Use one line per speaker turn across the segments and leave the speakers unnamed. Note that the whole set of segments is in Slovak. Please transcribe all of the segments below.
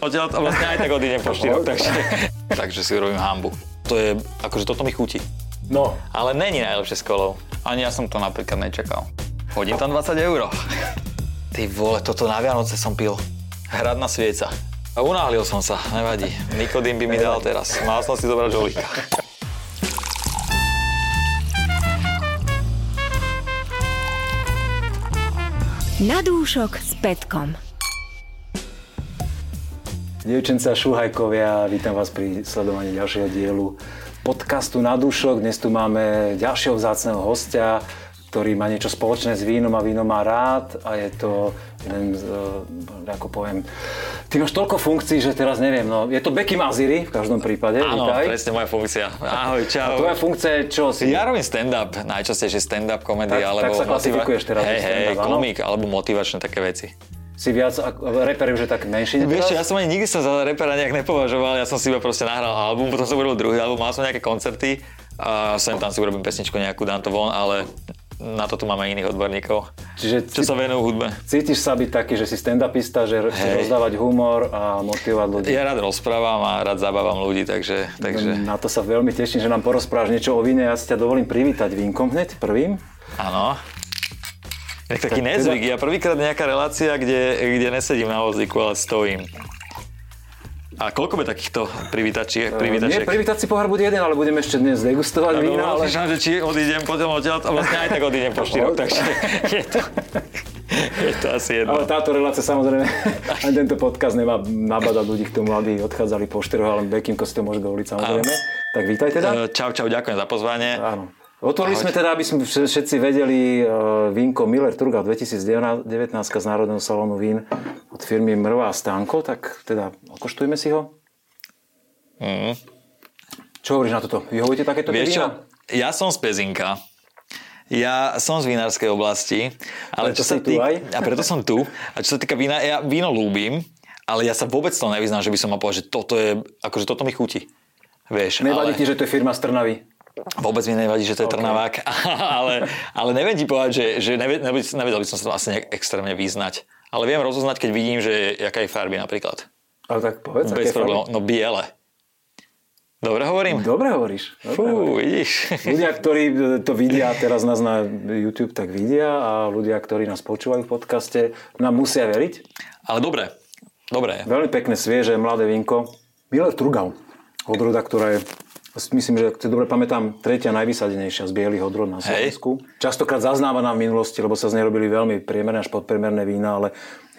odtiaľ to vlastne aj tak odídem po štyroch, takže...
takže si robím hambu.
To je, akože toto mi chutí.
No,
Ale není najlepšie s kolou.
Ani ja som to napríklad nečakal. Hodím tam 20 eur.
Ty vole, toto na Vianoce som pil. Hradná svieca. A unáhlil som sa, nevadí. Nikodým by mi dal teraz. Mal som si zobrať žolíka.
Nadúšok s Petkom.
dievčenca Šuhajkovia, vítam vás pri sledovaní ďalšieho dielu podcastu Na dušok. Dnes tu máme ďalšieho vzácného hostia, ktorý má niečo spoločné s vínom a víno má rád a je to jeden z, eh, ako poviem, ty máš toľko funkcií, že teraz neviem, no je to Beky Maziri v každom prípade,
Áno,
vítaj.
presne moja funkcia. Ahoj,
A
čau.
tvoja funkcia je čo? Si
Ja robím stand-up, najčastejšie stand-up komedy,
Tak- tak
alebo...
sa klasifikuješ teraz
Hej,
ako
hej,
stand-up, áno?
komik, alebo motivačné také veci.
si viac, ako, reper už je tak menší.
Vieš, čo, ja som ani nikdy sa za repera nejak nepovažoval, ja som si iba proste nahral album, potom som urobil druhý album, mal som nejaké koncerty a sem tam si urobím pesničku nejakú, dám to von, ale na to tu máme iných odborníkov,
Čiže
čo
si-
sa venujú hudbe.
Cítiš sa byť taký, že si stand-upista, že
Hej.
chceš rozdávať humor a motivovať ľudí.
Ja rád rozprávam a rád zabávam ľudí, takže... takže
Na to sa veľmi teším, že nám porozprávaš niečo o víne. Ja si ťa dovolím privítať vínkom hneď prvým.
áno. Je taký nezvyk, ja prvýkrát nejaká relácia, kde, kde nesedím na vozíku, ale stojím. A koľko by takýchto privítačiek?
E, Nie,
privítačiek?
privítať si pohár bude jeden, ale budeme ešte dnes degustovať
Lebo
vína. Ale...
rozmýšľam, že či odídem potom odtiaľ, a vlastne aj tak odídem po štyroch, takže je to, je to asi jedno.
Ale táto relácia samozrejme, ani tento podcast nemá nabadať ľudí k tomu, aby odchádzali po štyroch, ale Bekimko si to môže dovoliť samozrejme. Tak vítaj teda.
E, Čau, čau, ďakujem za pozvanie.
Áno. Otvorili sme teda, aby sme vš- všetci vedeli, uh, vínko Miller Turgal 2019 z Národného salónu vín od firmy Mrvá Stánko, tak teda okoštujme si ho.
Mm.
Čo hovoríš na toto? Vyhovujete takéto
Vieš čo,
vína?
ja som z Pezinka. Ja som z vinárskej oblasti, ale
Preto
čo sa
si tu
týka,
aj?
a preto som tu. A čo sa týka vína, ja víno ľúbim, ale ja sa vôbec to nevyznám, že by som mal povedať, že toto je, akože toto mi chutí. Vieš,
Nevadí
ale...
ti, že to je firma z Trnavy?
Vôbec mi nevadí, že to je okay. Trnavák, ale, ale neviem ti povedať, že, že neved, neved- nevedel by som sa to asi nejak extrémne vyznať. Ale viem rozoznať, keď vidím, že jaká je farby napríklad.
Ale tak povedz. aké
Bez
farby.
problémov. No biele. Dobre hovorím?
Dobre hovoríš. Dobre hovoríš.
Fú, vidíš.
Ľudia, ktorí e, to vidia teraz nás na YouTube, tak vidia a ľudia, ktorí nás počúvajú v podcaste, nám musia veriť.
Ale dobre. Dobre.
Veľmi pekné, svieže, mladé vínko. Miller Trugal, odroda, ktorá je myslím, že ak to dobre pamätám, tretia najvysadenejšia z bielých odrod na
Hej.
Slovensku. Častokrát zaznávaná v minulosti, lebo sa z nej robili veľmi priemerné až podpriemerné vína, ale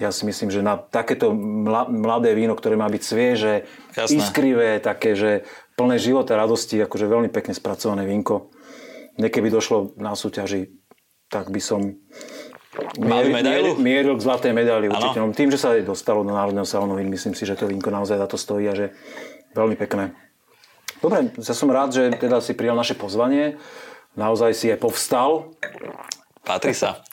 ja si myslím, že na takéto mla- mladé víno, ktoré má byť svieže,
Jasné.
iskrivé, také, že plné života, radosti, akože veľmi pekne spracované vínko. Nekeby došlo na súťaži, tak by som
Malú medailu?
mieril, mieril k zlatej medaili
Áno.
určite. No, tým, že sa aj dostalo do Národného salónu vín, myslím si, že to vínko naozaj za to stojí a že veľmi pekné. Dobre, ja som rád, že teda si prijal naše pozvanie. Naozaj si aj povstal.
Patrí sa.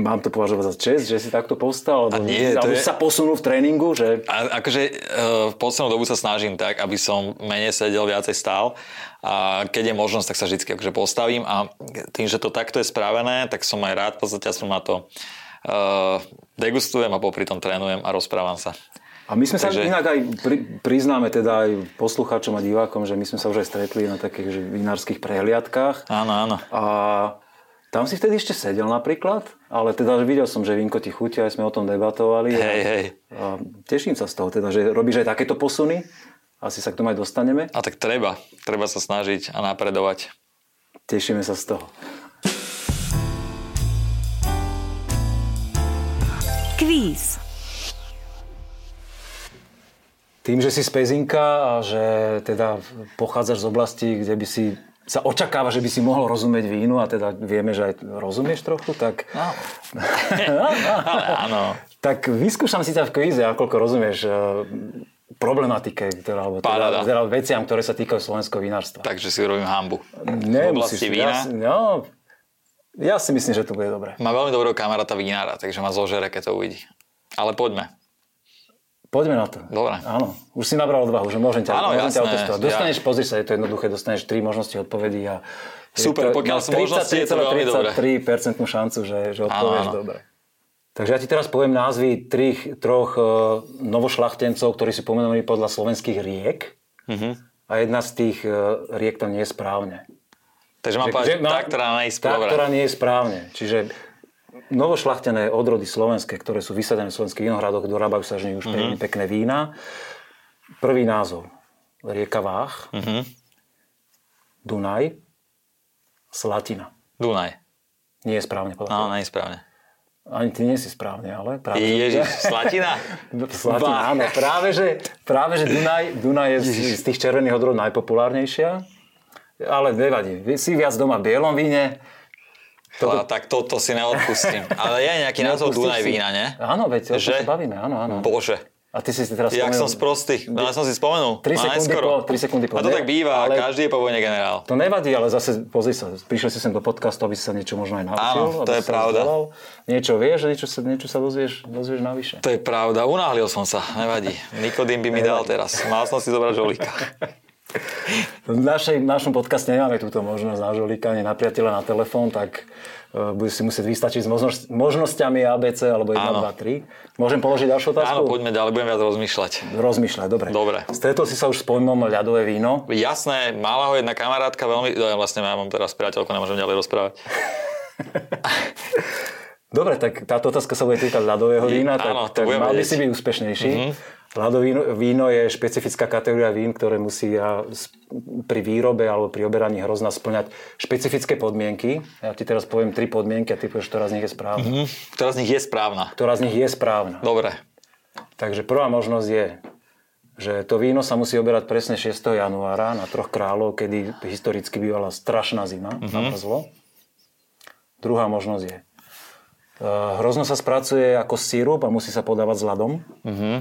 Mám to považovať za čest, že si takto povstal? Alebo,
nie, to
alebo
je-
si sa posunul v tréningu? Že...
A akože eh, v poslednú dobu sa snažím tak, aby som menej sedel, viacej stál. A keď je možnosť, tak sa vždy akože postavím. A tým, že to takto je spravené, tak som aj rád, v podstate aspoň ma to eh, degustujem a popri tom trénujem a rozprávam sa.
A my sme Takže...
Takže-
sa inak aj pri, priznáme teda aj poslucháčom a divákom, že my sme sa už aj stretli na takých že vinárskych prehliadkách.
Áno, áno.
A tam si vtedy ešte sedel napríklad, ale teda že videl som, že vínko ti chutí, aj sme o tom debatovali.
Hej, hej.
A teším sa z toho, teda, že robíš aj takéto posuny. Asi sa k tomu aj dostaneme.
A tak treba. Treba sa snažiť a napredovať.
Tešíme sa z toho.
Kvíz.
Tým, že si z Pezinka a že teda pochádzaš z oblasti, kde by si sa očakáva, že by si mohol rozumieť vínu a teda vieme, že aj rozumieš trochu, tak...
No. Ale áno.
Tak vyskúšam si ťa v kvíze, akoľko rozumieš e, problematike, ktorá, alebo
Paráda.
teda, teda veciam, ktoré sa týkajú slovenského vinárstva.
Takže si urobím hambu. v
Ne,
oblasti
musíš- Ja,
vína.
si- no, ja si myslím, že to bude dobré.
Má veľmi dobrého kamaráta vinára, takže ma zožere, keď to uvidí. Ale poďme.
Poďme na to.
Dobre.
Áno, už si nabral odvahu, že môžem ťa,
Áno,
môžem ťa
jasné.
otestovať. Dostaneš, ja. pozri sa, je to jednoduché, dostaneš tri možnosti odpovedí a je
Super,
to,
pokiaľ
máš
sú možnosti, je to veľmi
33% šancu, že, že
Áno,
odpovieš
áno.
dobre. Takže ja ti teraz poviem názvy trých, troch e, novošlachtencov, ktorí sú pomenovaní podľa slovenských riek. Uh-huh.
Mhm.
A jedna z tých e, riek tam nie je správne.
Takže mám povedať,
no,
teda tá, ktorá nie je
tá,
správna.
ktorá nie je správne. Čiže novošlachtené odrody slovenské, ktoré sú vysadené v slovenských vinohradoch, dorábajú sa z
Mhm.
nich už mm-hmm. pekné vína. Prvý názov. Rieka Váh,
Mhm.
Dunaj, Slatina.
Dunaj.
Nie je správne povedané.
Áno, nie je správne.
Ani ty nie si správne, ale práve... No,
Ježiš, Slatina?
Slatina, áno. Práve že, práve, že Dunaj, Dunaj je z, z tých červených odrod najpopulárnejšia. Ale nevadí, Vy si viac doma v bielom víne.
Chlá, tak toto si neodpustím. Ale je nejaký názov
Pustíš
Dunaj
si-
vína, ne?
Áno, veď, o tom
Že?
sa bavíme, áno, áno.
Bože,
A ty si si teraz
jak som
spomenul-
sprostý. No, ja som si spomenul.
Tri
No,
sekundy
neskoro.
po- tri sekundy
A
po-
to
ne,
tak býva,
ale-
každý je po vojne generál.
To nevadí, ale zase pozri sa, prišiel si sem do podcastu, aby si sa niečo možno aj naučil.
Áno, to
aby
je
si sa
pravda.
vzdelal. Niečo vieš a niečo sa, niečo sa dozvieš, dozvieš navyše.
To je pravda, unáhlil som sa, nevadí. Nikodým by mi dal teraz. Mal som si zobrať žolíka.
V, našej, v našom podcaste nemáme túto možnosť na žolíka, ani na priateľa na telefón, tak e, budeš si musieť vystačiť s možnosť, možnosťami ABC alebo 1,
Áno.
2, 3. Môžem položiť ďalšiu otázku?
Áno, poďme ďalej, budem viac rozmýšľať.
Rozmýšľaj, dobre.
Dobre.
Stretol si sa už s pojmom ľadové víno.
Jasné, mala ho jedna kamarátka veľmi... No, ja vlastne ja mám teraz priateľku, nemôžem ďalej rozprávať.
Dobre, tak táto otázka sa bude týkať ľadového vína, tak,
áno, to
tak
budem
mal by
vedieť. Mhm.
si byť úspešnejší. Ľadovíno víno je špecifická kategória vín, ktoré musia s- pri výrobe alebo pri oberaní hrozna splňať špecifické podmienky. Ja ti teraz poviem tri podmienky a ty povieš, ktorá z nich je správna.
Hm, ktorá z nich je správna.
Ktorá z nich je správna.
Dobre,
Takže prvá možnosť je, že to víno sa musí oberať presne 6. januára na Troch kráľov, kedy historicky bývala strašná zima, mm-hmm.
Mhm.
namrzlo. Druhá možnosť je, e, hrozno sa spracuje ako sírup a musí sa podávať s ľadom. Mm-hmm.
Mhm.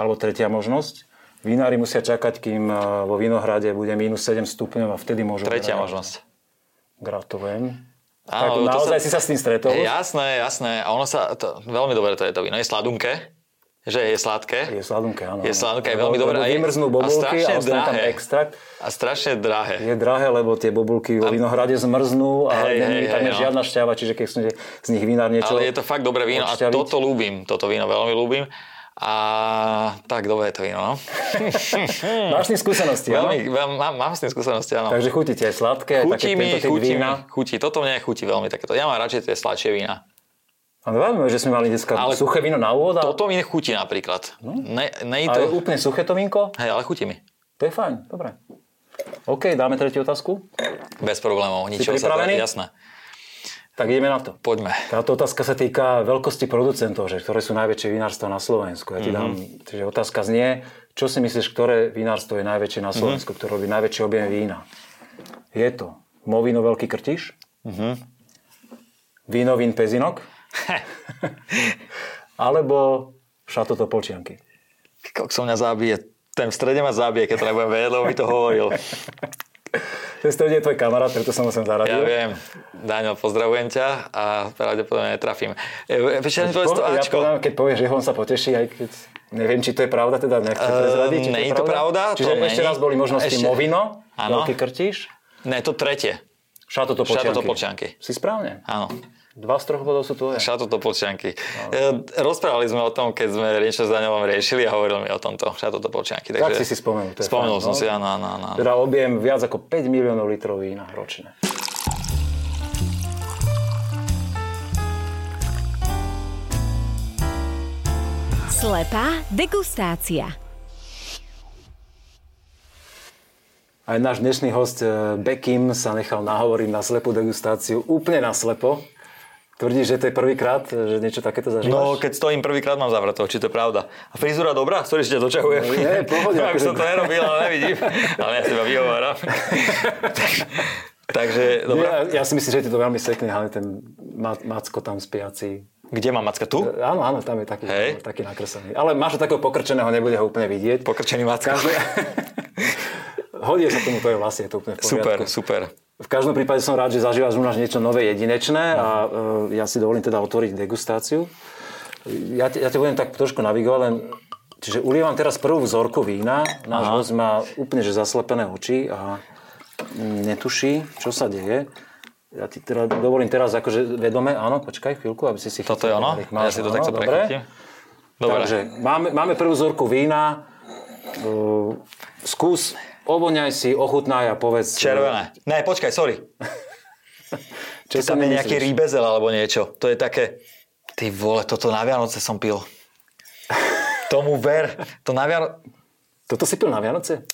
Alebo tretia možnosť, vinári musia čakať, kým e, vo vinohrade bude minus 7 stupňov a vtedy môžu...
tretia
oberať.
možnosť.
Gratulujem.
Áno,
Áno,
to sa-
naozaj sa... si sa s tým stretol?
Jasné, jasné. A ono sa... To, veľmi dobre to je to víno. Je sladunké, že je sladké.
Je sladunké, áno.
Je sladunké, je
Lebo-
veľmi dobré
lebo
a je-
Vymrznú
a
bobulky
strašne
a, ostane tam
drahé.
extrakt.
A strašne drahé.
Je drahé, lebo tie bobulky vo vinohrade zmrznú
Hej,
a hej,
hej,
hej, tam
hej,
je
no.
žiadna šťava, čiže keď chcete z nich vinár niečo...
Ale je to fakt dobré víno
odšťaviť.
a toto ľúbim. Toto víno veľmi ľúbim. A tak, dobré je to víno, no.
Mm. Máš s tým skúsenosti, áno?
Veľmi, veľmi, mám, mám s tým skúsenosti, áno.
Takže chutí ti aj sladké, aj také
Chutí mi,
tento typ
chutí
vína.
mi, chutí. Toto mne chutí veľmi takéto. Ja mám radšej tie sladšie vína.
A veľmi, že sme mali dneska
Ale
suché víno na úvod a,
Toto mi nechutí napríklad.
No.
Ne, ne
a
to...
je úplne suché to vínko.
Hej, ale chutí mi.
To je fajn, dobre. OK, dáme tretiu otázku.
Bez problémov. Ničo
pripravený?
Sa, jasné.
Tak ideme na to.
Poďme.
Táto otázka sa týka veľkosti producentov, že ktoré sú najväčšie vinárstva na
Mhm.
Slovensku. Ja ti dám, takže otázka znie, čo si myslíš, ktoré vinárstvo je najväčšie
Mhm.
na Slovensku, ktoré robí najväčší objem vína? Je to Movino Veľký Krtiš,
Mhm.
Víno Vín Pezinok, alebo Šato Topolčianky.
Kokso mňa zabije. Ten v strede ma zabije, keď to nebudem vedieť, lebo mi to hovoril.
To je stredie tvoj kamarát, preto som ho sem
Ja
zaradil.
viem. Daniel, pozdravujem ťa a pravdepodobne netrafím. E, Ešte len povedz to
Po- ja
Ačko.
poviem, keď povieš, že on sa poteší, aj keď neviem, či to je pravda, teda nechcem
Ehm,
prezradiť. či
nie je to pravda, to
Čiže ešte
nie.
raz boli možnosti
Ešte-
Movino,
Áno.
Veľký krtíš,
Ne, to tretie.
Šato to
Šato
počanky.
Topolčianky.
Si správne.
Áno.
Dva z troch bodov sú tvoje.
Šato Topolčianky.
No.
E, Rozprávali sme o tom, keď sme niečo s Danielom riešili a hovoril mi o tomto. Šato Topolčianky.
Tak
Takže
si si spomenul. to je
spomenul
fajn,
som
no.
si, áno, áno, áno. áno.
Teda objem viac ako 5 miliónov litrov vína ročne.
Slepá degustácia.
Aj náš dnešný host e, Bekim sa nechal nahovoriť na slepú degustáciu úplne na slepo. Tvrdíš, že to je prvýkrát, eh, že niečo takéto
No,
zažívaš?
keď stojím prvýkrát, mám zavratého, či to je pravda. A frizúra dobrá? Sorry, že ťa dočahujem.
No, nie, pohode,
Aby
akože-
som to nerobil, ale nevidím. Ale ja seba vyhováram. Takže- Takže, dobrá.
Ja, ja, si myslím, že ti to veľmi sekne, hlavne ten ma- macko tam spiaci.
Kde má macka? Tu?
Áno, áno, tam je taký,
Hej.
taký nakreslený. Ale máš ho takého pokrčeného, nebude ho úplne vidieť.
Pokrčený macka.
Každé... Hodí sa tomu tvoje vlasy, je to úplne v poriadku.
Super, super.
V každom prípade som rád, že zažívaš u nás niečo nové, jedinečné
No.
a e, ja si dovolím teda otvoriť degustáciu. Ja, te- ja te budem tak trošku navigovať, len... Čiže ulievam teraz prvú vzorku vína. Náš host má úplne že zaslepené oči a netuší, čo sa deje. Ja ti teda dovolím teraz akože vedome, áno, počkaj chvíľku, aby si si
Toto je ono?
nech
A ja si to
áno,
takto
dobre.
prechytím. Dobre.
Takže máme, máme prvú zorku vína. Uh, skús, ovoňaj si, ochutnaj a povedz. e,
Červené. Ne, počkaj, sorry.
Čo
Ty tam je nejaký rýbezel alebo niečo. To je také, ty vole, toto na Vianoce som pil. Tomu ver. To na Vianoce...
Toto si pil na Vianoce?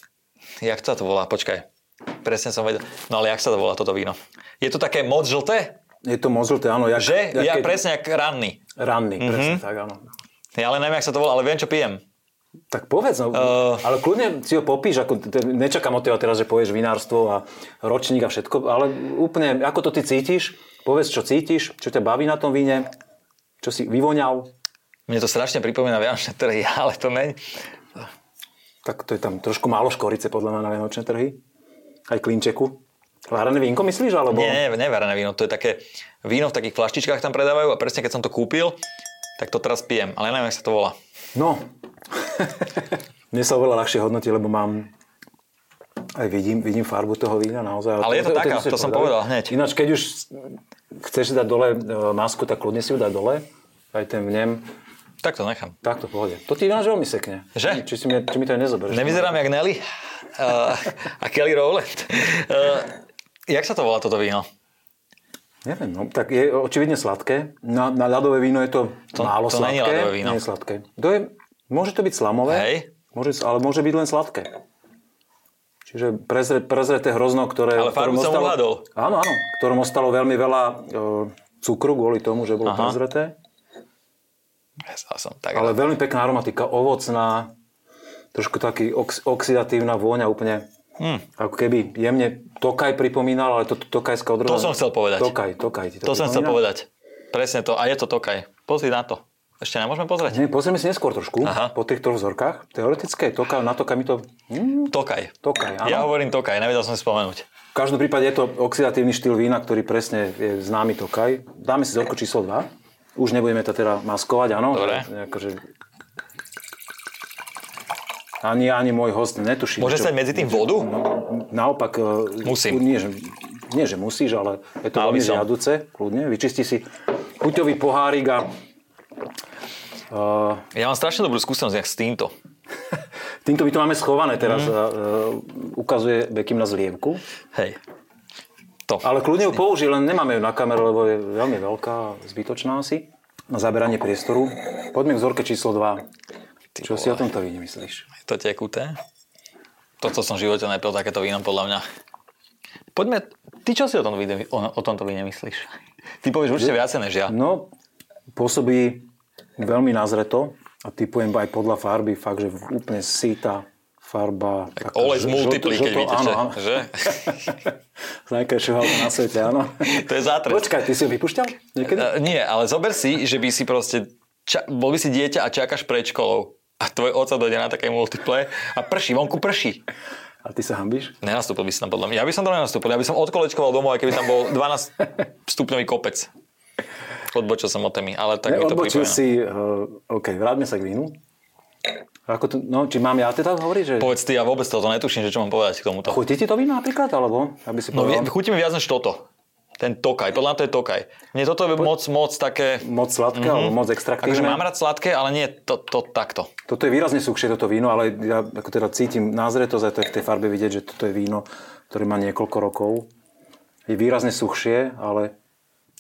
Jak sa to volá? Počkaj. Presne som vedel. No ale jak sa to volá toto víno? Je to také moc žlté?
Je to mozlte, áno. Jak,
Že?
jak
Ja
keď-
presne jak ranný.
Ranný, mm-hmm. presne tak, áno.
Ja ale neviem, jak sa to volá, ale viem, čo pijem.
Tak povedz, no,
Eh.
ale kľudne si ho popíš, ako, te- nečakám od teba teraz, že povieš vinárstvo a ročník a všetko, ale úplne, ako to ty cítiš, povedz, čo cítiš, čo ťa baví na tom víne, čo si vyvoňal,
Mne to strašne pripomína Vianočné trhy, ale to není.
tak to je tam trošku málo škorice podľa mňa na vianočné trhy, aj klinčeku. Várané vínko myslíš, alebo?
Nie, nie, neverené víno. To je také víno v takých flaštičkách tam predávajú a presne keď som to kúpil, tak to teraz pijem. Ale neviem, jak sa to volá.
No, mne sa oveľa ľahšie hodnotí, lebo mám aj vidím, vidím farbu toho vína naozaj.
Ale je to
o tej
taká,
musíš
to som
povedať.
povedal hneď.
Ináč, keď už chceš si dať dole e, masku, tak kľudne si ju daj dole, aj ten vnem,
Tak to nechám.
takto pohode. To ti ináč veľmi sekne.
Že?
Či, si mi, či mi to aj nezoberieš.
Nevyzerám jak Nelly uh, a Kelly Rowland. Uh, jak sa to volá toto víno?
Neviem, no, tak je očividne sladké. Na, na ľadové víno je to,
To-
málo
to
sladké.
není ľadové víno.
Nie je sladké. To je, môže to byť slamové,
Hej.
môže, ale môže byť len sladké. Čiže prezre, prezreté hrozno, ktoré...
Ale farbu
ktorom
som
ostalo-
uhádol.
Áno, áno. Ktorom ostalo veľmi veľa e, cukru kvôli tomu, že bolo
Aha.
prezreté.
Ja sa- som tak
Ale veľmi pekná aromatika, ovocná, trošku taký ox, oxidatívna vôňa úplne.
Hm.
Hmm. Ako keby jemne Tokaj pripomínal, ale to, to Tokajská odroda...
To som chcel povedať.
Tokaj, Tokaj. ti
To som chcel
pripomína?
povedať. Presne to. A je to Tokaj. Pozri na to. Ešte nemôžeme pozrieť?
Nie, pozrieme si neskôr trošku,
Aha.
Aha. po týchto vzorkách. Teoretické, toka, na toka mi to... Hm,
Tokaj.
Tokaj, áno.
Ja hovorím Tokaj, nevedel som si spomenúť.
v každom prípade je to oxidatívny štýl vína, ktorý presne je známy tokaj. Dáme si vzorko číslo 2. Už nebudeme to teda maskovať, áno.
Dobre.
Akože... Ani, ani môj host netuší.
Môže
čo-
stať medzi tým vodu?
Naopak... e,
Musím.
Nie, že, nie, že musíš, ale je to
Ale by
veľmi
som.
žiaduce. Kľudne, vyčisti si chuťový pohárik a... e,
Ja mám strašne dobrú skúsenosť jak s týmto.
Týmto my to máme schované
Mhm.
teraz. Mm. ukazuje Bekim na zlievku.
Hej. To.
Ale kľudne ju použij, len nemáme ju na kameru, lebo je veľmi veľká, zbytočná asi. Na zaberanie priestoru. Poďme k vzorke číslo 2. Čo si o tomto víne myslíš?
Je to tekuté? Toto som v živote nepil takéto víno, podľa mňa. Poďme, ty čo si o, tom víne, o, o tomto víne myslíš? Ty povieš určite viacej než ja.
No, pôsobí veľmi nazreto a typujem aj podľa farby, fakt, že úplne síta farba.
Tak
taká
olej z
žl-
multiply, keď
žlto- žlto-
vidíte,
áno,
že,
áno.
že?
Z najkrajšieho auta na svete, áno.
To je zátrest.
Počkaj, ty si ho vypúšťal niekedy?
E, nie, ale zober si, že by si proste, ča, bol by si dieťa a čakáš pred školou a tvoj oco dojde na také multiple a prší, vonku prší.
A ty sa hambíš?
Nenastúpil by si tam podľa mňa. Ja by som tam nenastúpil. Ja by som odkolečkoval domov, aj keby tam bol 12 stupňový kopec. Odbočil som od témy, ale tak mi to
Neodbočil
pripomína.
si... Uh, OK, vráťme sa k vínu. Ako to, no, či mám ja teda hovoriť, že...
Povedz ty, ja vôbec toto netuším, že čo mám povedať k tomuto.
Chutí ti to víno napríklad, alebo? Aby si
No,
povedal.
vie- chutí mi viac než toto. Ten tokaj, podľa mňa to je tokaj. Mne toto je moc, moc také...
Moc sladké, alebo moc extraktívne.
Akože mám rád sladké, ale nie to, to takto.
Toto je výrazne sukšie, toto víno, ale ja ako teda cítim názretosť, aj to je v tej farbe vidieť, že toto je víno, ktoré má niekoľko rokov. Je výrazne suchšie, ale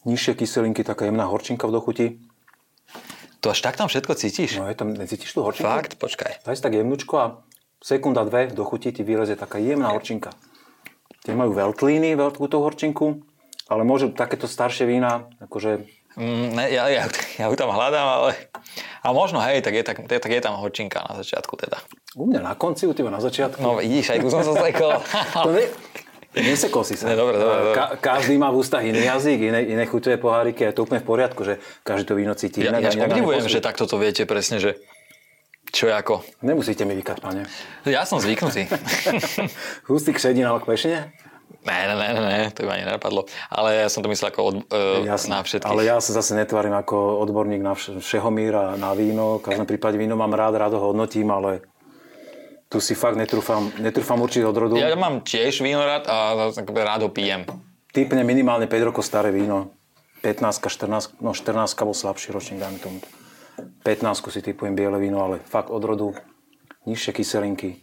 nižšie kyselinky, taká jemná horčinka v dochuti.
To až tak tam všetko cítiš?
No je tam, necítiš tú horčinku?
Fakt? Počkaj.
Daj si tak jemnúčko a sekunda dve do chuti ti vylezie taká jemná horčinka. Tie majú veľtlíny, veľkú tú horčinku, ale môžu takéto staršie vína, akože
Mm, ne, ja, ja, ja ju tam hľadám, ale... A možno, hej, tak je, tak, tak je tam horčinka na začiatku teda.
u mňa na konci, u teba na začiatku.
No vidíš, aj tu som sa zlekol.
To ne, nesekol si sa.
Ne, dobre, dobre, dobre.
Ka- každý má v ústach iný jazyk, iné, iné chuťové poháriky a je to úplne v poriadku, že každý to víno cíti.
Ja, ja
inak a
až
inak a
obdivujem,
nepozná.
že takto to viete presne, že čo je ako.
Nemusíte mi vykať, pane.
Ja som zvyknutý.
Hustý kšedín, ale kvešne?
ne, ne, ne, ne, to by ma ani nenapadlo. Ale ja som to myslel ako od, e, na všetkých.
Ale ja sa zase netvárim ako odborník na vš- všeho míra, na víno. V každom prípade víno mám rád, rád ho hodnotím, ale tu si fakt netrúfam, netrúfam určite odrodu.
Ja mám tiež víno rád a akoby rád ho pijem.
typne minimálne 5 rokov staré víno. 15, 14, no 14 bol slabší ročník, dajme tomu. 15 si typujem biele víno, ale fakt odrodu, nižšie kyselinky.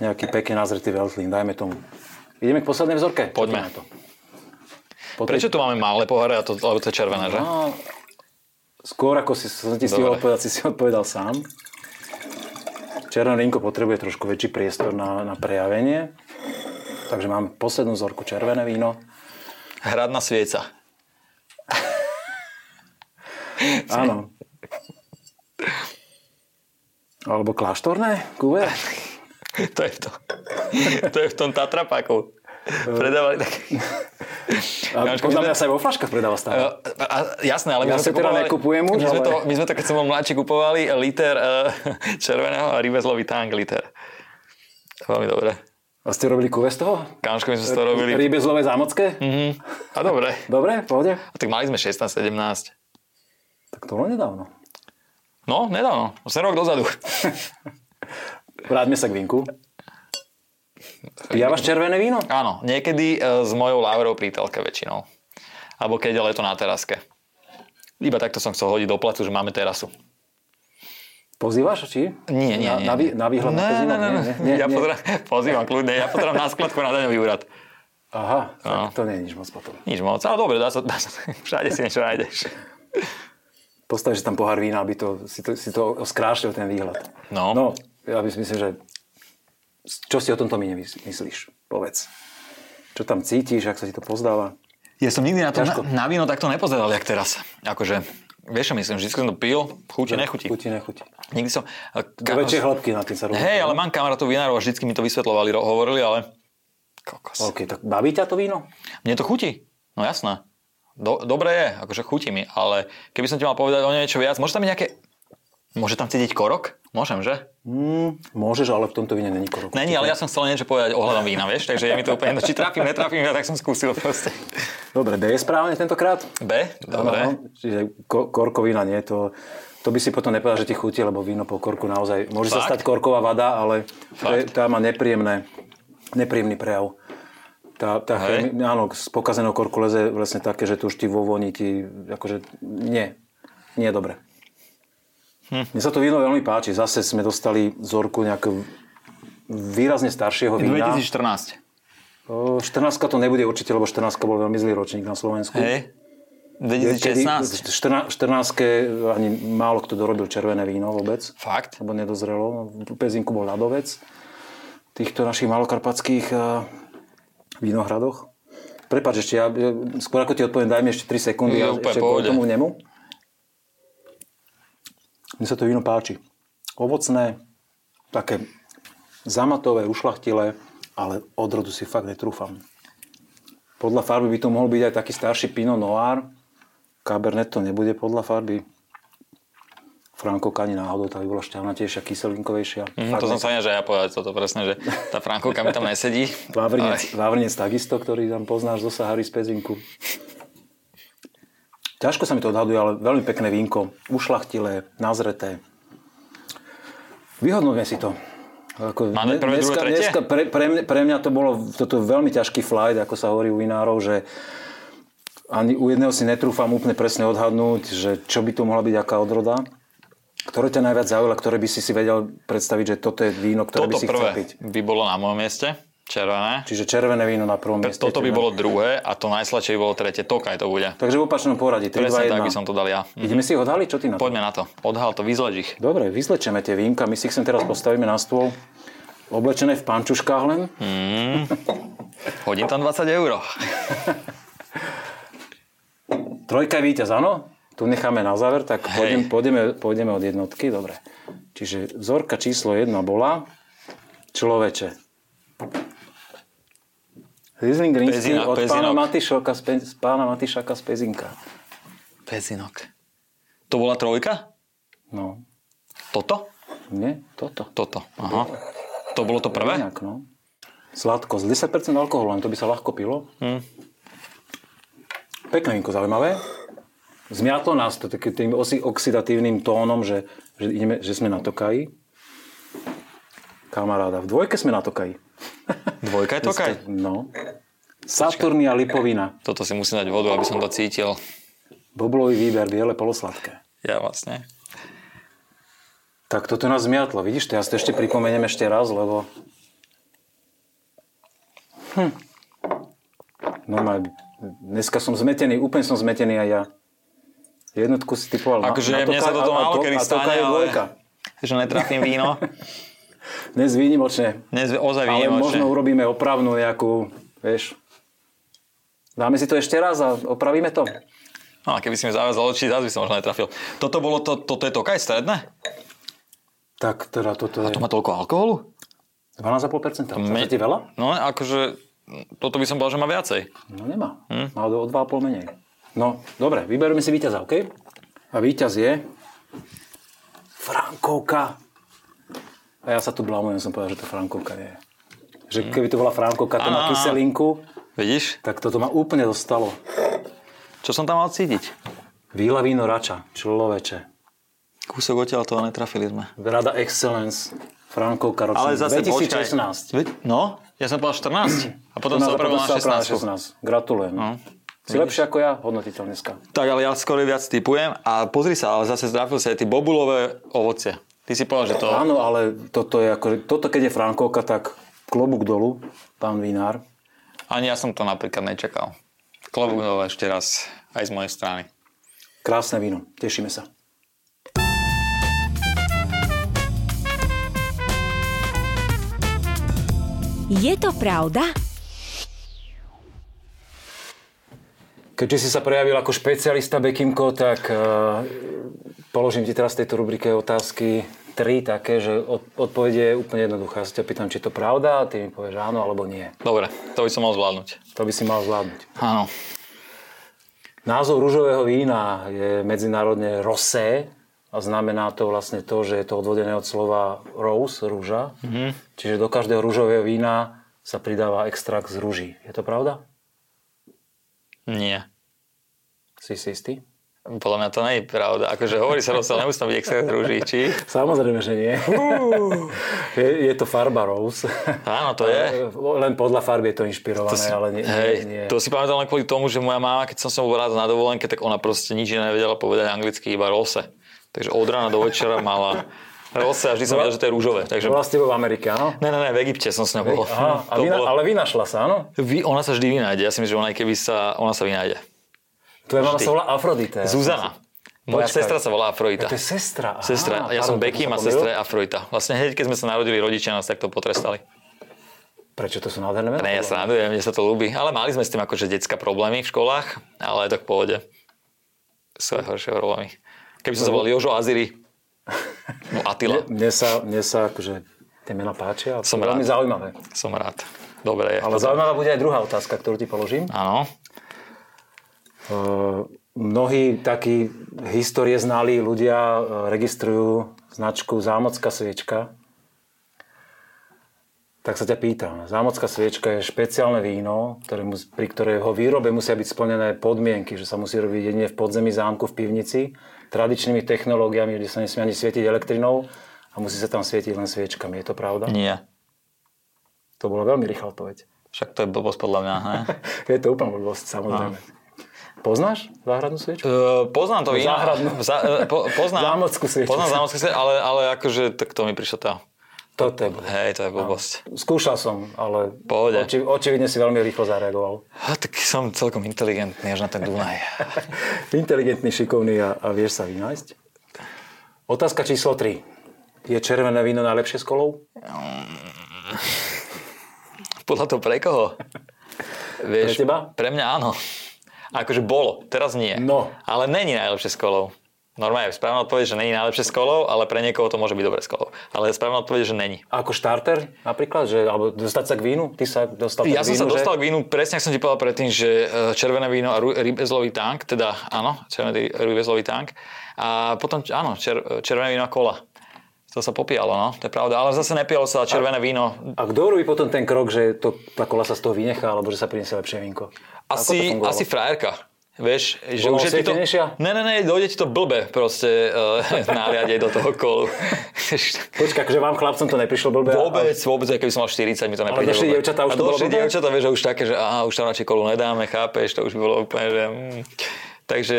Nejaký pekne nazretý veltlín, dajme tomu. Ideme k poslednej vzorke?
Poďme.
Čo to na to? Po tej-
Prečo tu máme malé poháre a to, lebo to je červené, že?
No, skôr ako si som ti stihol
Dobre.
odpovedať, si si odpovedal sám. Červené vínko potrebuje trošku väčší priestor na, na prejavenie. Takže mám poslednú vzorku červené víno.
Hradná svieca.
Áno. Alebo kláštorné kuve.
To je v tom, to je v tom Tatrapaku. Predávali tak...
A
Kamoško, my
podľa
sme-
mňa sa aj vo flaškách predáva
E,
stále.
a, jasné, ale my sme
Ja si
to
teda
kupovali,
nekupujem už,
my, sme
ale-
to, my sme to, keď som bol mladší, kupovali liter e, červeného a Rivezlovi Tang liter. Veľmi dobre.
A ste robili kuve z toho?
Kamoško, my sme si to robili.
Rybezlové zámocké?
Mhm. A dobre.
Dobre, v pohode.
A tak mali sme 16-17.
Tak to bolo nedávno.
No, nedávno. 8 rok dozadu.
Vráťme sa k vínku. Pijavaš červené víno?
Áno, niekedy e, s mojou Laurou prítelke väčšinou. Alebo keď je leto na teraske. Iba takto som chcel hodiť do placu, že máme terasu.
Pozývaš, či?
Nie, nie, nie.
Na, na, vý- na výhľad
ne,
na pozývam?
ne, ne,
Nie, nie, nie,
ja
nie.
pozývam, pozývam kľudne, ja potrebujem na skladku na daňový úrad.
Aha, tak
No.
to nie je nič moc potom.
Nič moc, ale dobre, dá sa, dá sa, všade si niečo nájdeš.
Postavíš tam pohár vína, aby to, si, to, si to skrášil ten výhľad.
No.
No, ja by si myslím, že čo si o tomto víne mys- myslíš? Povedz. Čo tam cítiš, ak sa ti to pozdáva?
Ja som nikdy na to
Ťažko.
na, na víno takto nepozeral, jak teraz. Akože, vieš čo myslím, vždy som to pil, chutí, nechutí.
Chutí, nechutí.
Nikdy som...
Do väčšej hĺbky na tým sa robí.
Hej, ale mám kamarátov vinárov a vždycky mi to vysvetlovali, ro- hovorili, ale... Kokos.
OK, tak baví ťa to víno?
Mne to chutí, no jasné. Do, dobre je, akože chutí mi, ale keby som ti mal povedať o niečo viac, môže tam byť nejaké... Môže tam cítiť korok? Môžem, že?
Mm, môžeš, ale v tomto víne není korok.
Není, ale ja som chcel niečo povedať ohľadom vína, vieš? Takže je mi to úplne jedno, či trafím, netrafím, ja tak som skúsil proste.
Dobre, B je správne tentokrát?
B?
Áno,
Dobre.
čiže ko- korkovina nie, to, to by si potom nepovedal, že ti chutí, lebo víno po korku naozaj, môže sa
Fakt?
stať korková vada, ale to je, tá má nepríjemné, nepríjemný prejav. Tá, tá
Hej.
chemi, áno, z pokazeného korku leze vlastne také, že tu už ti vo voni ti, akože nie, nie je dobre. Hm. Mne sa to víno veľmi páči, zase sme dostali vzorku nejakého výrazne staršieho vína.
2014.
O, 14 to nebude určite, lebo 14 bol veľmi zlý ročník na Slovensku.
Hej. 2016.
Kedy- 14 14 ani málo kto dorobil červené víno vôbec.
Fakt?
Lebo nedozrelo. V Pezinku bol ľadovec. Týchto našich malokarpatských eh, vínohradoch. Prepač, ešte ja, ja skôr ako ti odpoviem, daj mi ešte 3
Je
sekundy. Ja
úplne
ešte
v pohode.
k tomu nemu. Mne sa to víno páči. Ovocné, také zamatové, ušlachtilé, ale odrodu si fakt netrúfam. Podľa farby by to mohol byť aj taký starší Pinot Noir. Cabernet to nebude podľa farby. Franko ani náhodou, tá by bola šťavnatejšia, kyselinkovejšia.
Mhm, to som sa ináč aj ja povedať toto presne, že tá Frankovka mi tam nesedí. Ale-
Vavrinec, Vavrinec takisto, ktorý tam poznáš zo Sahary z Pezinku. Ťažko sa mi to odhaduje, ale veľmi pekné vínko. Ušlachtilé, nazreté. Vyhodnúme si to. Ako,
Máme
dne-
prvé, druhé,
dneska,
tretie?
dneska pre, pre, mňa, pre mňa to bolo toto veľmi ťažký flight, ako sa hovorí u vinárov, že ani u jedného si netrúfam úplne presne odhadnúť, že čo by to mohla byť, aká odroda. Ktoré ťa najviac zaujalo, ktoré by si si vedel predstaviť, že toto je víno, ktoré by
Toto
si chcel piť?
prvé by bolo na mojom mieste, červené.
Čiže červené víno na prvom mieste.
Toto by
teda.
bolo druhé a to najsladšie by bolo tretie. Tokaj to bude.
Takže v opačnom poradí, 3,
Presne tak by
2, 1.
som to dal ja. Mhm.
Ideme Mhm. si ho odhaliť, čo ty na to?
Poďme na to. Odhal to, vyzleď ich.
Dobre, vyzlečeme tie vínka, my si ich sem teraz postavíme na stôl, oblečené v pančuškách len.
Hm. Hodím tam 20 eur.
Trojka je víťaz, áno? Tu necháme na záver, tak
Hej.
pôjdem, pôjdeme, pôjdeme od jednotky, dobre. Čiže vzorka číslo 1 bola človeče. Riesling Rínsky
Pezina-
od pána
Pezinok.
Matišoka z, Pe- z pána Matišaka z Pezinka.
Pezinok. To bola trojka?
No,
Toto?
nie, toto.
Toto. Aha. To bolo to prvé?
Inak, no. Sladkosť, 10% alkoholu, len to by sa ľahko pilo.
Hm.
Pekné vínko, zaujímavé. Zmiatlo nás to takým tým osi- oxidatívnym tónom, že, že, ideme, že sme na Tokaji. Kamaráda, v dvojke sme na Tokaji.
Dvojka je tokaj.
No. Saturnia lipovina.
Toto si musím dať vodu, aby som to cítil.
Boblový výber, biele polosladké.
Ja vlastne.
Tak toto nás zmiatlo, vidíš? To ja si to ešte pripomeniem ešte raz, lebo... Hm. No dneska som zmetený, úplne som zmetený aj ja. Jednotku si typoval na-
Akože
na
mne sa
Toka-
toto
a- a
málo
to-
kedy
a Toka
stane,
je
ale
dvojka.
že netrafím víno.
Dnes výnimočne.
Dnes ozaj
Ale možno
výnimočne.
urobíme opravnú nejakú, vieš. Dáme si to ešte raz a opravíme to.
No, keby si mi zavázal oči, zás by som možno netrafil. Toto bolo, to, toto je to kaj stredné?
Tak teda toto je
To má toľko alkoholu?
12,5%.
Me-
To ti veľa?
No, akože toto by som povedal, že má viacej.
No nemá.
Hm?
Hmm? Má o 2,5 menej. No, dobre, vyberieme si víťaza, OK? A víťaz je... Frankovka. A ja sa tu blamujem, som povedal, že to Frankovka nie je. Že
Hm?
keby to bola Frankovka, to
Áno,
má
áno.
kyselinku,
Vidíš?
tak toto ma úplne dostalo.
Čo som tam mal cítiť?
Víla víno rača, človeče.
Kúsok odtiaľ toho netrafili sme.
Rada Excellence. Frankovka ročník.
Ale zase
2016.
počkaj. Ve- No, ja som povedal 14 a potom
To
sa No,
na-
opravil
potom
na
sa opravil
16.
16. Gratulujem. Si lepšie ako ja, hodnotiteľ dneska.
Tak, ale ja skôr viac typujem a pozri sa, ale zase zdrafil sa aj tie bobulové ovocie. Ty si povedal, že to...
Áno, ale toto je ako, toto keď je Frankovka, tak klobúk dolu, pán Vinár.
Ani ja som to napríklad nečakal. Klobúk dole ešte raz, aj z mojej strany.
Krásne víno, tešíme sa.
Je to pravda?
Keďže si sa prejavil ako špecialista Bekimko, tak uh, položím ti teraz v tejto rubrike otázky tri také, že od, odpoveď je úplne jednoduchá. Ja sa ťa pýtam, či je to pravda a ty mi povieš áno alebo nie.
Dobre, to by som mal zvládnuť.
To by si mal zvládnuť.
Áno.
Názov rúžového vína je medzinárodne rosé a znamená to vlastne to, že je to odvodené od slova rose, rúža.
Mhm.
Mm-hmm. Čiže do každého rúžového vína sa pridáva extrakt z rúží. Je to pravda?
Nie.
Si si istý?
Podľa mňa to nie je pravda. Akože hovorí sa rozsel, nemusí tam byť extra rúží, či?
Samozrejme, že nie. je, je to farba rose.
Áno, to je.
Len podľa farby je to inšpirované,
si-
ale nie,
Hej,
nie, nie.
to si pamätám len kvôli tomu, že moja máma, keď som sa bol raz na dovolenke, tak ona proste nič iné nevedela povedať anglicky, iba rose. Takže od rána do večera mala rose a vždy som vedel, že to je rúžové. Takže...
Bola s tebou vlastne v Amerike, áno?
Ne, ne, ne, v Egypte som s ňou bol.
Aha, a
No, To
vyna,
bolo-
ale vynašla sa, áno?
Vy, ona sa vždy vynájde. Ja si myslím, že ona aj keby sa, ona sa vynájde.
Tvoja mama
Vždy.
sa volá Afrodite.
Zuzana. Moja
Počkaj.
sestra sa volá Afrodita.
To je sestra. Aha,
Sestra, ja som
pardon,
Becky
som
a
sa
sestra je Afrodita. Vlastne hneď, keď sme sa narodili, rodičia nás takto potrestali.
Prečo to sú nádherné mená?
Ne, ja sa radujem, mne sa to ľúbi. Ale mali sme s tým akože detská problémy v školách, ale tak v pohode. Sú aj horšie problémy. Keby som sa volal Jožo Aziri, no Atila,
Mne sa, mne sa akože tie mená páčia. a
Som
sú veľmi
rád.
zaujímavé.
som rád. Dobre je.
Ale zaujímavá bude aj druhá otázka, ktorú ti položím.
Áno.
Eh, Mnohí takí histórie znali ľudia eh, registrujú značku Zámocká sviečka. Tak sa ťa pýtam. Zámocká sviečka je špeciálne víno, ktoré mus, pri ktorého výrobe musia byť splnené podmienky, že sa musí robiť jedine v podzemí zámku v pivnici, tradičnými technológiami, kde sa nesmie ani svietiť elektrinou a musí sa tam svietiť len sviečkami. Je to pravda?
Nie.
To bola veľmi rýchla odpoveď.
Však to je blbosť podľa mňa. Ne?
je to úplne blbosť, samozrejme. Poznáš záhradnú sviečku?
Uh, poznám to víno.
Záhradnú.
Za, uh, po, poznám.
Zámockú sviecu.
Poznám zámockú sviecu, ale, ale akože tak to mi prišlo tá.
Toto je blbosť.
Hej, to je blbosť.
Skúšal som, ale
Pohode.
oči, očividne si veľmi rýchlo zareagoval.
A tak som celkom inteligentný až na ten Dunaj.
Inteligentný, šikovný a, a vieš sa vynájsť. Otázka číslo 3. Je červené víno najlepšie s kolou?
Podľa toho pre koho? Vieš,
Pre teba?
Pre mňa áno. Akože bolo, teraz nie.
No.
Ale není najlepšie s kolou. Normálne, správna odpoveď, že není najlepšie s kolou, ale pre niekoho to môže byť dobre s kolou. Ale správna odpoveď, že není.
Ako štarter napríklad? Že, alebo dostať sa k vínu? Ty sa dostal
Ja som
k vínu,
sa
že?
dostal k vínu, presne ako som ti povedal predtým, že e, červené víno a ru- rybezlový tank, teda áno, červený rybezlový tank. A potom, č- áno, čer, e, červené víno a kola. To sa popíjalo, no, to je pravda. Ale zase nepíjalo sa červené víno.
A kto robí potom ten krok, že to, tá kola sa z toho vynechá, alebo že sa priniesie lepšie vínko? Ako to
Asi,
fungovalo?
asi frajerka. Vieš, že
Bola
už je ti to...
osvietenejšia?
Ne, ne, ne, dojde ti to blbe proste uh, naliadej do toho kolu.
Počkaj, akože vám chlapcom to neprišlo blbé. a-
vôbec, vôbec, aj keby som mal 40, mi to nepríde.
došli
vôbec.
dievčatá, už
a
to bolo
došli
blbé?
dievčatá, vieš, že už také, že aha, už tam radšej kolu nedáme, chápeš, to už by bolo úplne, že... Mm. Takže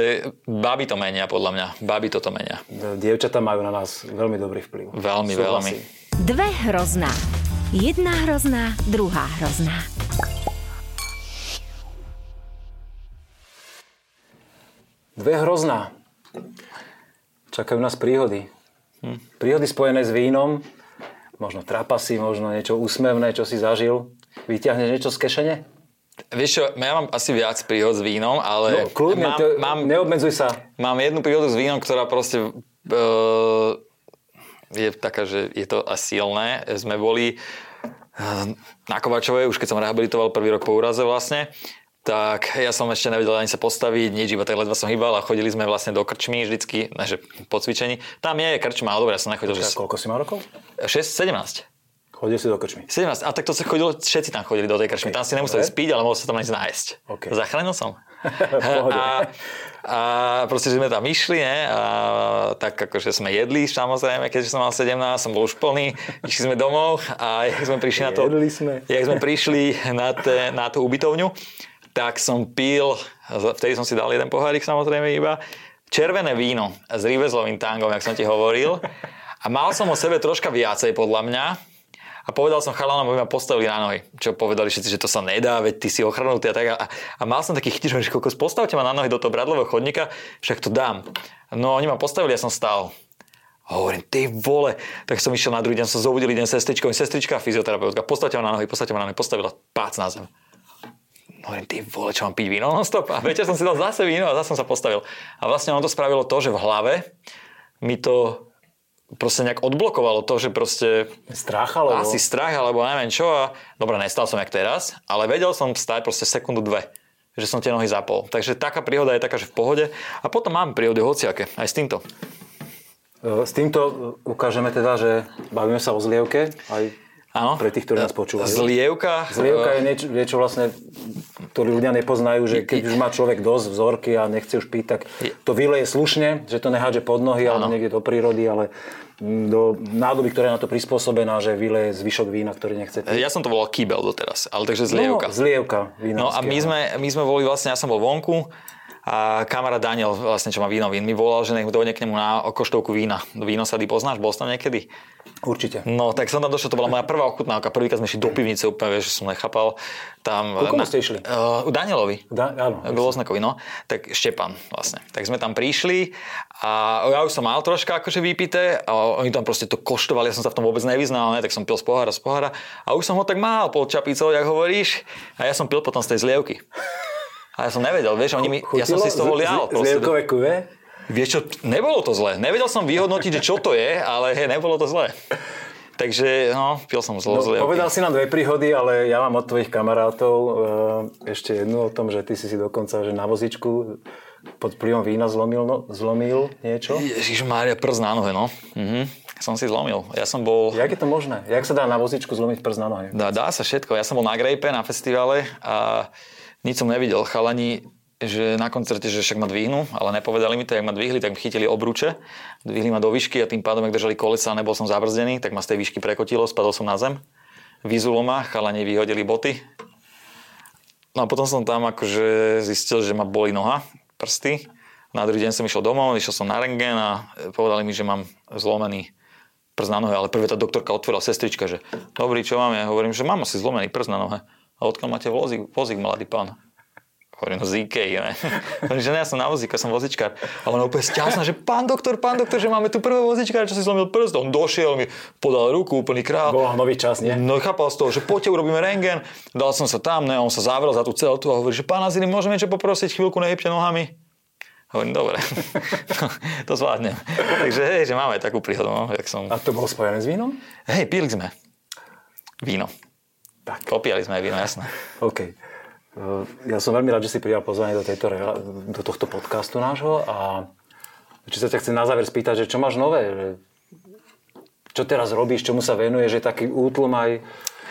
baby to menia, podľa mňa. Baby toto menia.
Dievčatá majú na nás veľmi dobrý vplyv.
Veľmi, veľmi.
Súhlasím.
Dve hrozná. Jedna hrozná, druhá hrozná.
Dve hrozná. Čakajú nás príhody.
Hm.
Príhody spojené s vínom, možno trapasy, možno niečo úsmevné, čo si zažil. Vyťahneš niečo z kešene?
Vieš čo, ja mám asi viac príhod s vínom, ale
No, kľudne,
E, mám,
to,
mám,
neobmedzuj sa.
mám jednu príhodu s vínom, ktorá proste e, je taká, že je to asi silné. Sme boli e, na Kovačovej, už keď som rehabilitoval prvý rok po úraze vlastne, tak ja som ešte nevedel ani sa postaviť, nič, iba tak ledva som hýbal a chodili sme vlastne do krčmy vždycky, ne, že po cvičení. Tam je krčma, ale dobre, ja som nechodil,
Počkaj,
že
koľko si mal rokov?
6, 17.
Chodil si do krčmy.
17. A tak to sa chodilo, všetci tam chodili do tej krčmy.
OK,
Tam si nemuseli
dobre.
spiť, ale mohol sa tam nájsť nájsť.
OK.
Zachránil som.
V pohode.
a, a proste sme tam išli, ne? A tak akože sme jedli, samozrejme, keďže som mal 17, som bol už plný. Išli sme domov a jak sme prišli na to...
Jedli sme.
Jak sme prišli na, te, na tú ubytovňu, tak som pil, vtedy som si dal jeden pohárik samozrejme iba, červené víno s rivezlovým tangom, jak som ti hovoril. A mal som o sebe troška viacej podľa mňa. A povedal som chalanom, aby ma postavili na nohy. Čo povedali všetci, že to sa nedá, veď ty si ochrnutý a tak. A, a- a mal som taký chytič, že kokos, postavte ma na nohy do toho bradlového chodníka, však to dám. No oni ma postavili, ja som stál. A Hovorím, ty vole. Tak som išiel na druhý deň, som zobudil jeden sestričko, sestrička a fyzioterapeutka. Postavte ma na nohy, postavte ma na nohy, postavila pác na zem. No Hovorím, ty vole, čo mám piť víno non stop? A večer som si dal zase víno a zase som sa postavil. A vlastne ono to spravilo to, že v hlave mi to proste nejak odblokovalo to, že proste
Stráchalo.
asi strach, alebo neviem čo. A... Dobre, nestal som jak teraz, ale vedel som stať proste sekundu dve že som tie nohy zapol. Takže taká príhoda je taká, že v pohode. A potom mám príhody hociaké, aj s týmto.
E, S týmto e, ukážeme teda, že bavíme sa o zlievke. Aj
Áno. E,
pre tých, ktorí nás počúvajú.
Zlievka.
Zlievka
Eh,
je niečo, niečo vlastne, ktorý ľudia nepoznajú, že keď už má človek dosť vzorky a nechce už piť, tak to vyleje slušne, že to nehádže pod nohy alebo niekde do prírody, ale mm, do nádoby, ktorá je na to prispôsobená, že vyleje zvyšok vína, ktorý nechce piť.
Eh, Ja som to volal kýbel doteraz, ale takže zlievka.
No, zlievka
No a my sme, my sme boli vlastne, ja som bol vonku a kamarát Daniel, vlastne, čo má víno, mi volal, že nech dojde k nemu na koštovku vína. Víno sady poznáš, bol si tam niekedy?
Určite.
No, tak som tam došiel, to bola moja prvá ochutnávka. Prvýkrát sme išli do pivnice, úplne vieš, že som nechápal. Tam,
Ku komu
na-
ste išli?
Uh, u Danielovi.
Da, áno.
K Voznakovi, no. Tak Štepan vlastne. Tak sme tam prišli a ja už som mal troška akože vypité a oni tam proste to koštovali, ja som sa v tom vôbec nevyznal, ne? tak som pil z pohára, z pohára a už som ho tak mal pol čapicou, jak hovoríš a ja som pil potom z tej zlievky. A ja som nevedel, vieš, oni mi, ja som si z toho
Z-
lial.
z-
proste.
Zlievkové kuve?
Vieš čo, nebolo to zle. Nevedel som vyhodnotiť, že čo to je, ale hej, nebolo to zle. Takže, no, pil som zlo,
No,
no, zle.
povedal si nám dve príhody, ale ja mám od tvojich kamarátov e, ešte jednu o tom, že ty si si dokonca že na vozičku pod vplyvom vína zlomil, no, zlomil niečo.
Ježiš Mária, prst na nohe, no. Mhm. Som si zlomil. Ja som bol...
Jak je to možné? Jak sa dá na vozičku zlomiť prst na nohe?
Dá, No dá sa všetko. Ja som bol na Grejpe na festivale a nič som nevidel. Chalani, že na koncerte, že však ma dvihnú, ale nepovedali mi to, jak ma dvihli, tak mi chytili obruče, dvihli ma do výšky a tým pádom, ak držali kolesa a nebol som zabrzdený, tak ma z tej výšky prekotilo, spadol som na zem. Vyzulo ma, chalani vyhodili boty. No a potom som tam akože zistil, že ma boli noha, prsty. Na druhý deň som išiel domov, išiel som na rengén a e, povedali mi, že mám zlomený prst na nohe, ale prvé tá doktorka otvorila sestrička, že dobrý, čo mám? Ja hovorím, že mám asi zlomený prst na nohe. A odkiaľ máte vozík, vozík mladý pán? Hovorím, no z IKEA, ne? Hovorím, že ne, ja som na vozíka, som vozičkár. A ona úplne sťažná, že pán doktor, pán doktor, že máme tu prvého vozičkára, čo si zlomil prst. On došiel, mi podal ruku, úplný král.
Bol nový čas, nie?
No chápal z toho, že poďte, urobíme rengen. Dal som sa tam, ne, on sa zavrel za tú celtu a hovorí, že pán Azili, môžeme niečo poprosiť, chvíľku nehybte nohami. Hovorím, dobre, to zvládnem. Takže hej, že máme takú príhodu, no, jak som...
A to bolo spojené s vínom?
Hej, pili sme víno.
Tak.
Popíjali sme aj víno, jasné.
OK. Uh, Ja som veľmi rád, že si prijal pozvanie do, tejto, rea- do tohto podcastu nášho a či sa ťa chcem na záver spýtať, že čo máš nové? Že čo teraz robíš, čomu sa venuješ, že taký útlm aj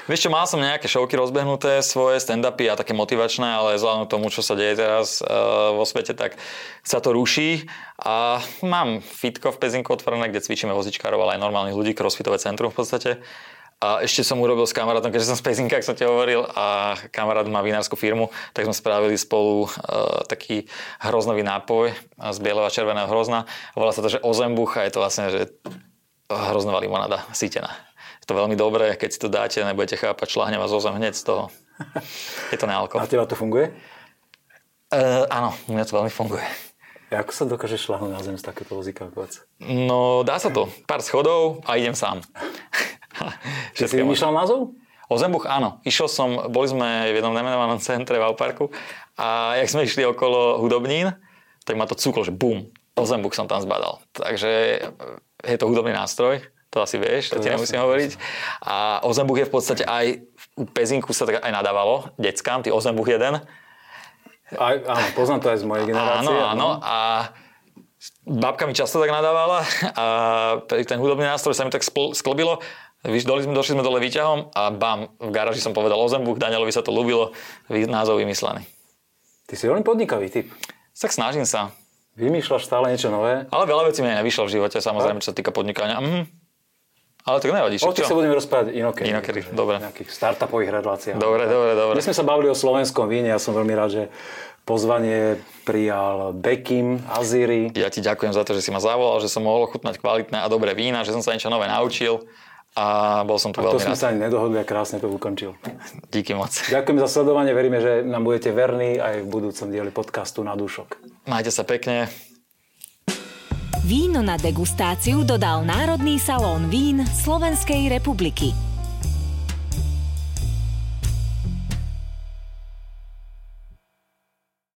Vieš čo, mal som nejaké šovky rozbehnuté, svoje stand-upy a také motivačné, ale vzhľadom k tomu, čo sa deje teraz e, vo svete, tak sa to ruší. A mám fitko v Pezinku otvorené, kde cvičíme vozičkárov, ale aj normálnych ľudí, crossfitové centrum v podstate. A ešte som urobil s kamarátom, keďže som z Pezinka, ak som ti hovoril, a kamarát má vinárskú firmu, tak sme spravili spolu e, taký hroznový nápoj z bieleho a červeného hrozna. Volá sa to, že ozembuch a je to vlastne, že hroznová limonada, sítená. Je to veľmi dobré, keď si to dáte, nebudete chápať, šláhne vás ozem hneď z toho. Je to nealko.
A teba to funguje?
E, áno, mňa to veľmi funguje.
Ako sa dokáže šlahnúť na zem z takéto vozíka? povedz?
No, dá sa to. Pár schodov a idem sám.
Ty si
Všetko možné.
vymýšľal názov?
Ozembuch, áno. Išiel som, boli sme v jednom nemenovanom centre v Auparku a jak sme išli okolo hudobnín, tak ma to cuklo, že bum, Ozembuch som tam zbadal. Takže e, je to hudobný nástroj, to asi vieš, to,
To
ti
jasné,
nemusím hovoriť. A Ozembuch je v podstate aj, u Pezinku sa tak aj nadávalo, deckám, ty Ozembuch jeden.
Aj, áno, poznám to aj z mojej generácie. no.
Áno, áno. A babka mi často tak nadávala a pri- ten hudobný nástroj sa mi tak spl- sklbilo. Vyš- Doli sme, došli sme dole výťahom a bam, v garáži som povedal Ozembuch, Danielovi sa to ľúbilo, vy- názov vymyslený.
Ty si veľmi podnikavý typ.
Tak snažím sa.
Vymýšľaš stále niečo nové.
Ale veľa vecí mi aj nevyšlo v živote, samozrejme, čo sa týka podnikania. Mhm. Ale tak nevadí,
O
však
tých sa
čo?
budeme rozprávať inokedy.
Inokedy,
akože,
dobre.
v Nejakých startupových reláciách.
Dobre, dobre, dobre.
My sme sa bavili o slovenskom víne, ja som veľmi rád, že pozvanie prijal Bekim, Aziri.
Ja ti ďakujem za to, že si ma zavolal, že som mohol ochutnať kvalitné a dobré vína, že som sa niečo nové naučil a bol som tu
To
veľmi
sme
rád.
sa ani nedohodli a krásne to ukončil.
Díky moc.
Ďakujem za sledovanie, veríme, že nám budete verní aj v budúcom dieli podcastu Na dušok.
Majte sa pekne.
Víno na degustáciu dodal Národný salón vín Slovenskej republiky.